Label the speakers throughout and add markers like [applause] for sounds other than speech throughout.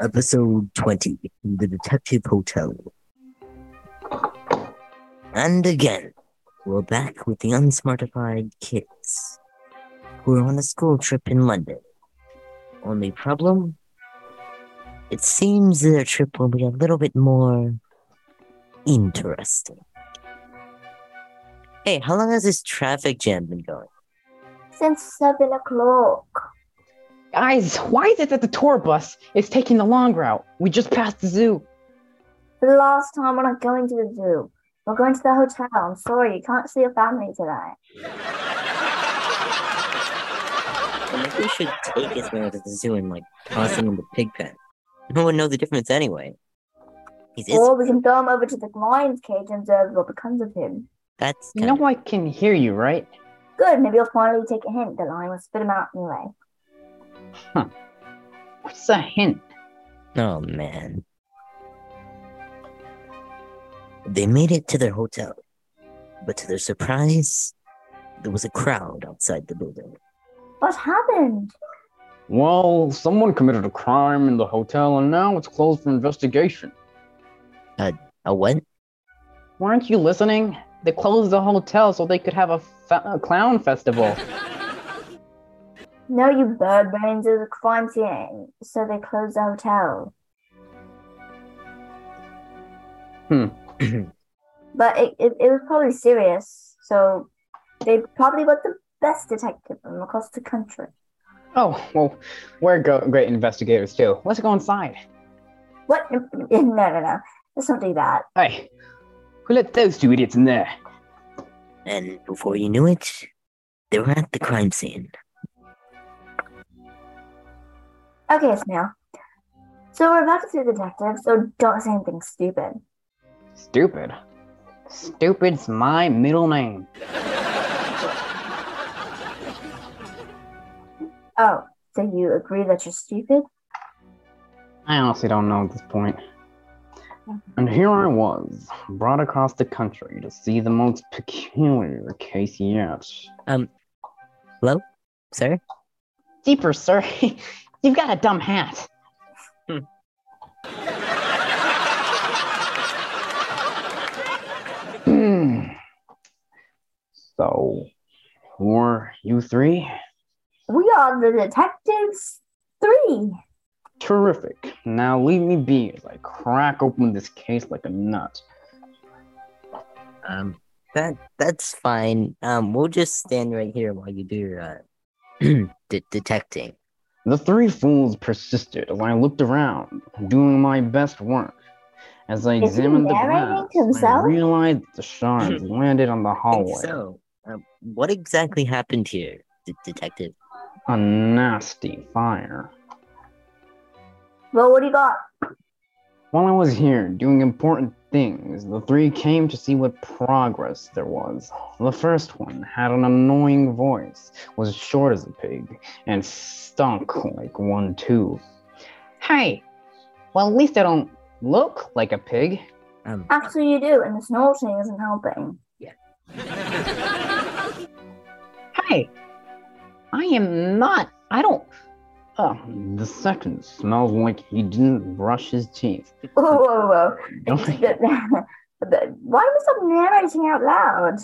Speaker 1: Episode 20 The Detective Hotel. And again, we're back with the unsmartified kids who are on a school trip in London. Only problem? It seems their trip will be a little bit more interesting. Hey, how long has this traffic jam been going?
Speaker 2: Since seven o'clock.
Speaker 3: Guys, why is it that the tour bus is taking the long route? We just passed the zoo.
Speaker 2: For the last time, we're not going to the zoo. We're going to the hotel. I'm sorry, you can't see your family today.
Speaker 1: Well, maybe we should take his man to the zoo and like toss him in the pig pen. No one know the difference anyway. He's is-
Speaker 2: Or we can throw him over to the lion's cage and observe what becomes of him.
Speaker 1: that's
Speaker 3: You
Speaker 1: kind
Speaker 3: know I can hear you, right?
Speaker 2: Good, maybe you'll finally take a hint. The lion will spit him out anyway.
Speaker 3: What's a hint?
Speaker 1: Oh man. They made it to their hotel, but to their surprise, there was a crowd outside the building.
Speaker 2: What happened?
Speaker 4: Well, someone committed a crime in the hotel and now it's closed for investigation.
Speaker 1: A what?
Speaker 3: Weren't you listening? They closed the hotel so they could have a, fa- a clown
Speaker 4: [laughs]
Speaker 3: festival.
Speaker 2: No, you bird brains, it was a crime scene, so they closed the hotel.
Speaker 4: Hmm.
Speaker 2: [clears throat] but it, it, it was probably serious, so they probably got the best detective from across the country.
Speaker 3: Oh, well,
Speaker 4: We're go- great investigators too.
Speaker 3: let's go inside.
Speaker 2: What? [laughs] No, no, no. Let's not do that.
Speaker 4: Hey, who let those two idiots in there?
Speaker 1: And before you knew it, they were at the crime scene.
Speaker 2: Okay, Snail. So we're about to see the detective, so don't say anything stupid.
Speaker 4: Stupid.
Speaker 3: Stupid's my middle name.
Speaker 2: Oh, so you agree that you're stupid?
Speaker 4: I honestly don't know at this point. And here I was, brought across the country to see the most peculiar case yet.
Speaker 1: Um, hello, sir.
Speaker 3: Deeper, sir. [laughs] You've got a dumb hat.
Speaker 4: Hmm. so, who are you three?
Speaker 2: We are the detectives three.
Speaker 4: Terrific. Now leave me be as I crack open this case like a nut.
Speaker 1: Um, that that's fine. Um, we'll just stand right here while you do your uh, [clears throat] de- detecting.
Speaker 4: The three fools persisted as I looked around, doing my best work. As I
Speaker 2: Is he
Speaker 4: examined the
Speaker 2: narrating
Speaker 4: glass,
Speaker 2: himself?
Speaker 4: I realized that the shards landed on the
Speaker 1: I Hmm. think
Speaker 4: hallway.
Speaker 1: So, um, what exactly happened here, de- detective?
Speaker 4: A nasty fire.
Speaker 2: Well, what do you got?
Speaker 4: While I was here doing important things, the three came to see what progress there was. The first one had an annoying voice, was as short as a pig, and stunk like one too.
Speaker 3: Hey, well, at least I don't
Speaker 4: Look like a pig.
Speaker 1: Um,
Speaker 2: Actually, you do, and the snorting isn't helping. [laughs]
Speaker 3: Hey, I am not. I don't.
Speaker 4: Oh, the second smells like he didn't brush his teeth.
Speaker 2: Whoa, whoa, whoa. [laughs]
Speaker 4: Don't-
Speaker 2: But- but Why do we stop narrating out loud?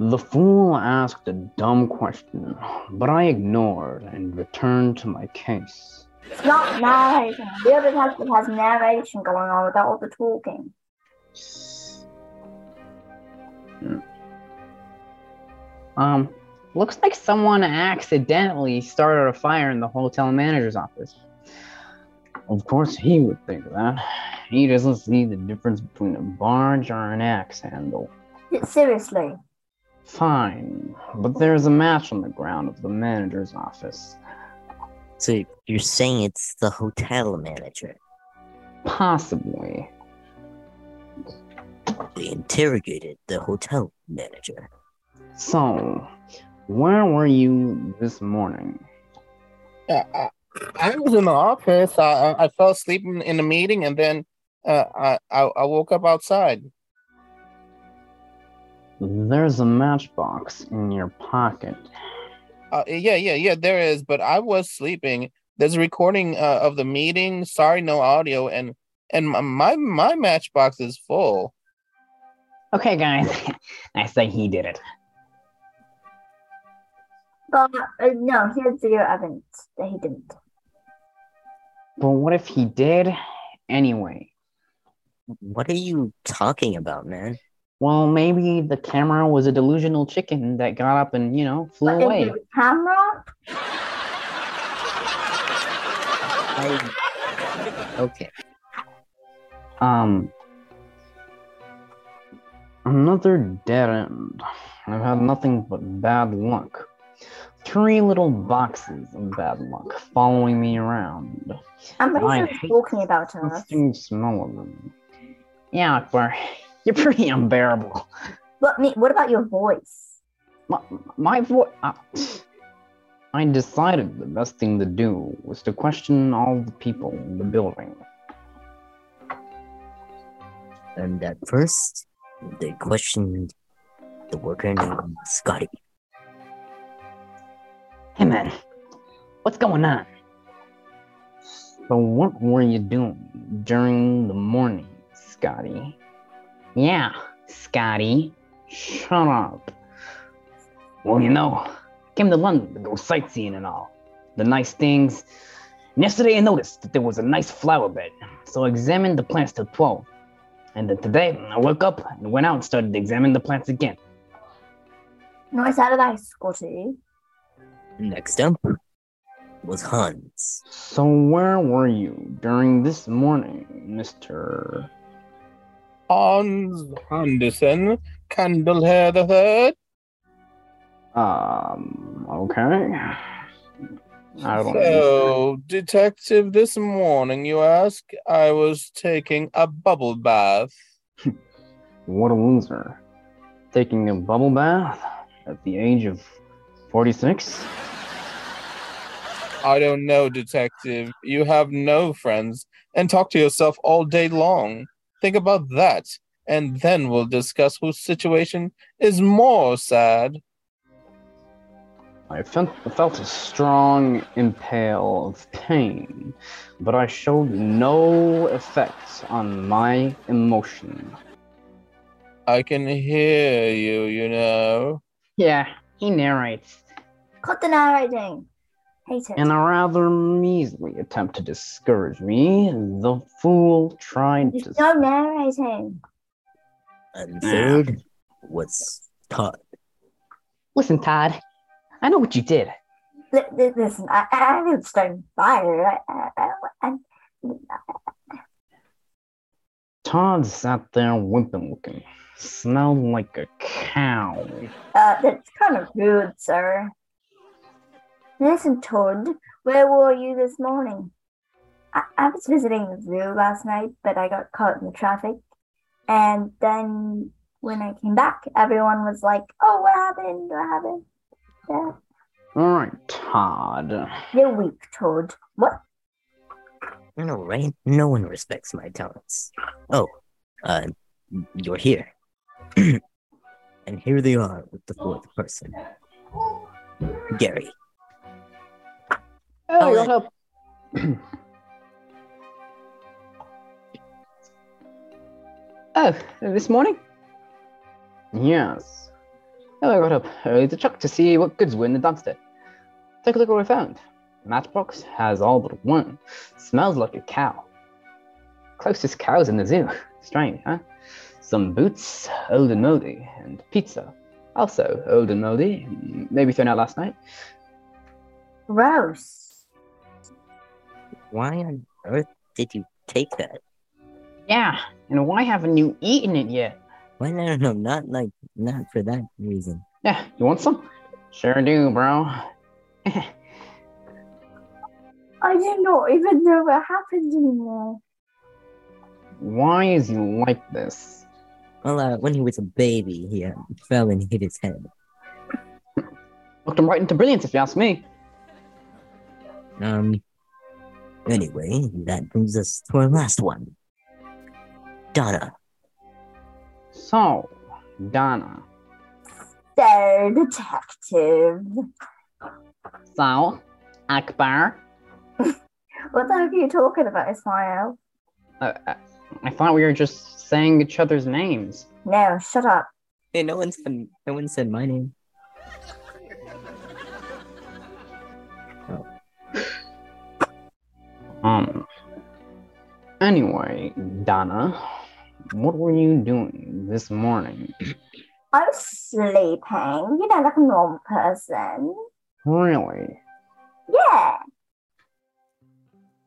Speaker 4: The fool asked a dumb question, but I ignored and returned to my case.
Speaker 2: It's not narrating. The other detective has narration going on without all the talking.
Speaker 3: Um, looks like someone accidentally started a fire in the hotel manager's office.
Speaker 4: Of course, he would think that. He doesn't see the difference between a barge or an axe handle.
Speaker 2: Seriously.
Speaker 4: Fine, but there's a match on the ground of the manager's office.
Speaker 1: so you're saying it's the hotel manager?
Speaker 4: Possibly.
Speaker 1: They interrogated the hotel manager.
Speaker 4: So, where were you this morning?
Speaker 5: I, I- I was in the office. I, I I fell asleep in, in a meeting, and then uh, I, I I woke up outside.
Speaker 4: There's a matchbox in your pocket.
Speaker 5: Uh, yeah, yeah, yeah. There is, but I was sleeping. there's a recording uh, of the meeting. Sorry, no audio, and and my- my my matchbox is full.
Speaker 4: Okay, guys. [laughs] I say he did it.
Speaker 2: But uh, no, here's zero evidence that he didn't.
Speaker 4: But what if he did anyway?
Speaker 1: What are you talking about, man?
Speaker 4: Well, maybe the camera was a delusional chicken that got up and, you know, flew
Speaker 2: But if
Speaker 4: away.
Speaker 2: the camera,
Speaker 1: I... Okay.
Speaker 4: Um, another dead end. I've had nothing but bad luck. Three little boxes of bad luck following me around.
Speaker 2: I'm pretty
Speaker 4: I
Speaker 2: sure he's
Speaker 4: hate
Speaker 2: talking about us.
Speaker 4: Nothing smell of them. Yeah, Akbar, [laughs] you're pretty unbearable.
Speaker 2: But me, what about your voice?
Speaker 4: My, my voice. I decided the best thing to do was to question all the people in the building.
Speaker 1: And at first, they questioned the worker named Scotty.
Speaker 4: Hey man, what's going on? So what were you doing during the morning, Scotty? Yeah, Scotty. Shut up. Well, you know, came to London to go sightseeing and all. The nice things. And Yesterday I noticed that there was a nice flower bed, so I examined the plants till 12. And then today I woke up and went out and started to examine the plants again.
Speaker 2: Nice advice, Scotty.
Speaker 1: Next up was Hans.
Speaker 4: So where were you during this morning, Mr.
Speaker 5: Hans Anderson, Candlehair the Third.
Speaker 4: Um, okay. I don't
Speaker 5: So, detective, this morning you ask, I was taking a bubble bath.
Speaker 4: What a loser. Taking a bubble bath at the age of 46?
Speaker 5: I don't know, detective. You have no friends and talk to yourself all day long. Think about that, and then we'll discuss whose situation is more sad.
Speaker 4: I felt, felt a strong impale of pain, but I showed no effect on my emotion.
Speaker 5: I can hear you, you know.
Speaker 4: Yeah, he narrates.
Speaker 2: Cut the narrating. Hate it.
Speaker 4: In a rather measly attempt to discourage me, the fool tried
Speaker 2: There's
Speaker 4: to.
Speaker 2: no narrating.
Speaker 1: And third was Todd.
Speaker 4: Listen, Todd, I know what you did.
Speaker 2: Li- li- Listen, I, I, I didn't start fire. Uh, I, I, I, I,
Speaker 4: Todd sat there wimping looking, smelled like a cow.
Speaker 2: uh, that's kind of rude, sir. Listen, Todd, where were you this morning? I, I was visiting the zoo last night, but I got caught in the traffic. And then when I came back, everyone was like, oh, what happened? What happened? Yeah.
Speaker 4: All right, Todd.
Speaker 2: You're weak, Todd. What?
Speaker 1: I know, right? No one respects my talents. Oh, uh, you're here. [clears throat] and here they are with the fourth person Gary.
Speaker 4: Oh,
Speaker 1: what
Speaker 4: up? oh, this morning? Yes. Oh, I got up early to check to see what goods were in the dumpster. Take a look what I found. Matchbox has all but one. Smells like a cow. Closest cows in the zoo. [laughs] Strange, huh? Some boots, old and moldy, and pizza. Also old and moldy, maybe thrown out last night.
Speaker 2: Gross.
Speaker 1: Why on earth did you take that?
Speaker 4: Yeah, and why haven't you eaten it yet?
Speaker 1: Why? No, no, no, not like, not for that reason.
Speaker 4: Yeah, you want some? Sure do, bro.
Speaker 2: I do not even know what happened anymore.
Speaker 4: Why is you like this?
Speaker 1: Well, uh, when he was a baby, he uh, fell and hit his head.
Speaker 4: Looked him right into brilliance, if you ask me.
Speaker 1: Um. Anyway, that brings us to our last one. Donna.
Speaker 4: So, Donna.
Speaker 2: So, detective.
Speaker 4: So, Akbar.
Speaker 2: What the heck are you talking about, Ismail?
Speaker 4: I, I, Uh, I thought we were just saying each other's names.
Speaker 2: No, shut up.
Speaker 1: Hey, no one said no one said my name.
Speaker 4: Um. Anyway, Donna, what were you doing this morning?
Speaker 2: I was sleeping, you know, like a normal person.
Speaker 4: Really?
Speaker 2: Yeah.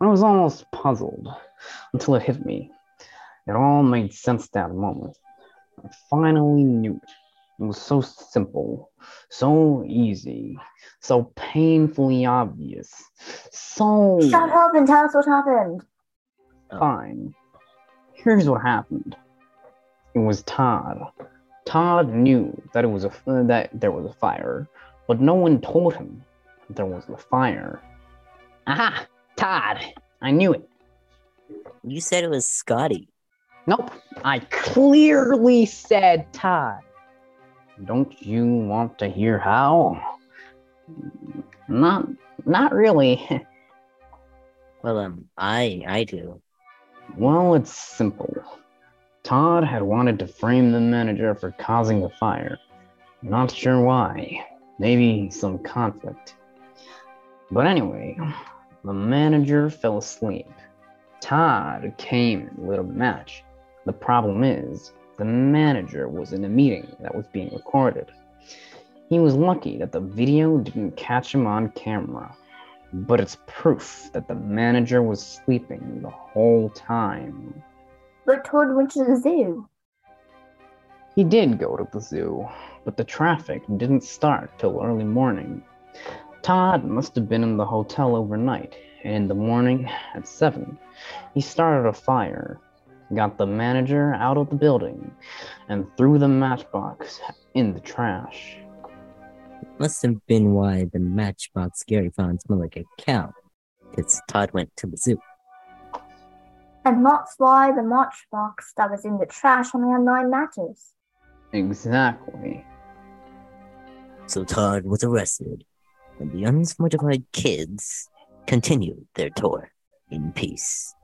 Speaker 4: I was almost puzzled until it hit me. It all made sense that moment. I finally knew it. It was so simple, so easy, so painfully obvious, so
Speaker 2: Shut up and tell us what happened.
Speaker 4: fine. Here's what happened. It was Todd. Todd knew that it was a that there was a fire, but no one told him that there was a fire. Aha! Todd, I knew it.
Speaker 1: You said it was Scotty.
Speaker 4: Nope, I clearly said Todd. Don't you want to hear how? Not, not really.
Speaker 1: Well, um, I I do.
Speaker 4: Well, it's simple. Todd had wanted to frame the manager for causing the fire. Not sure why. Maybe some conflict. But anyway, the manager fell asleep. Todd came and lit a match. The problem is, the manager was in a meeting that was being recorded. He was lucky that the video didn't catch him on camera but it's proof that the manager was sleeping the whole time.
Speaker 2: But Todd went to the zoo.
Speaker 4: He did go to the zoo, but the traffic didn't start till early morning. Todd must have been in the hotel overnight, and in the morning, at 7, he started a fire, got the manager out of the building, and threw the matchbox in the trash.
Speaker 1: Must have been why the matchbox Gary found smelled like a cow. Because Todd went to the zoo.
Speaker 2: And that's why the matchbox that was in the trash on the online matters.
Speaker 4: Exactly.
Speaker 1: So Todd was arrested, and the unsmartified kids continued their tour in peace.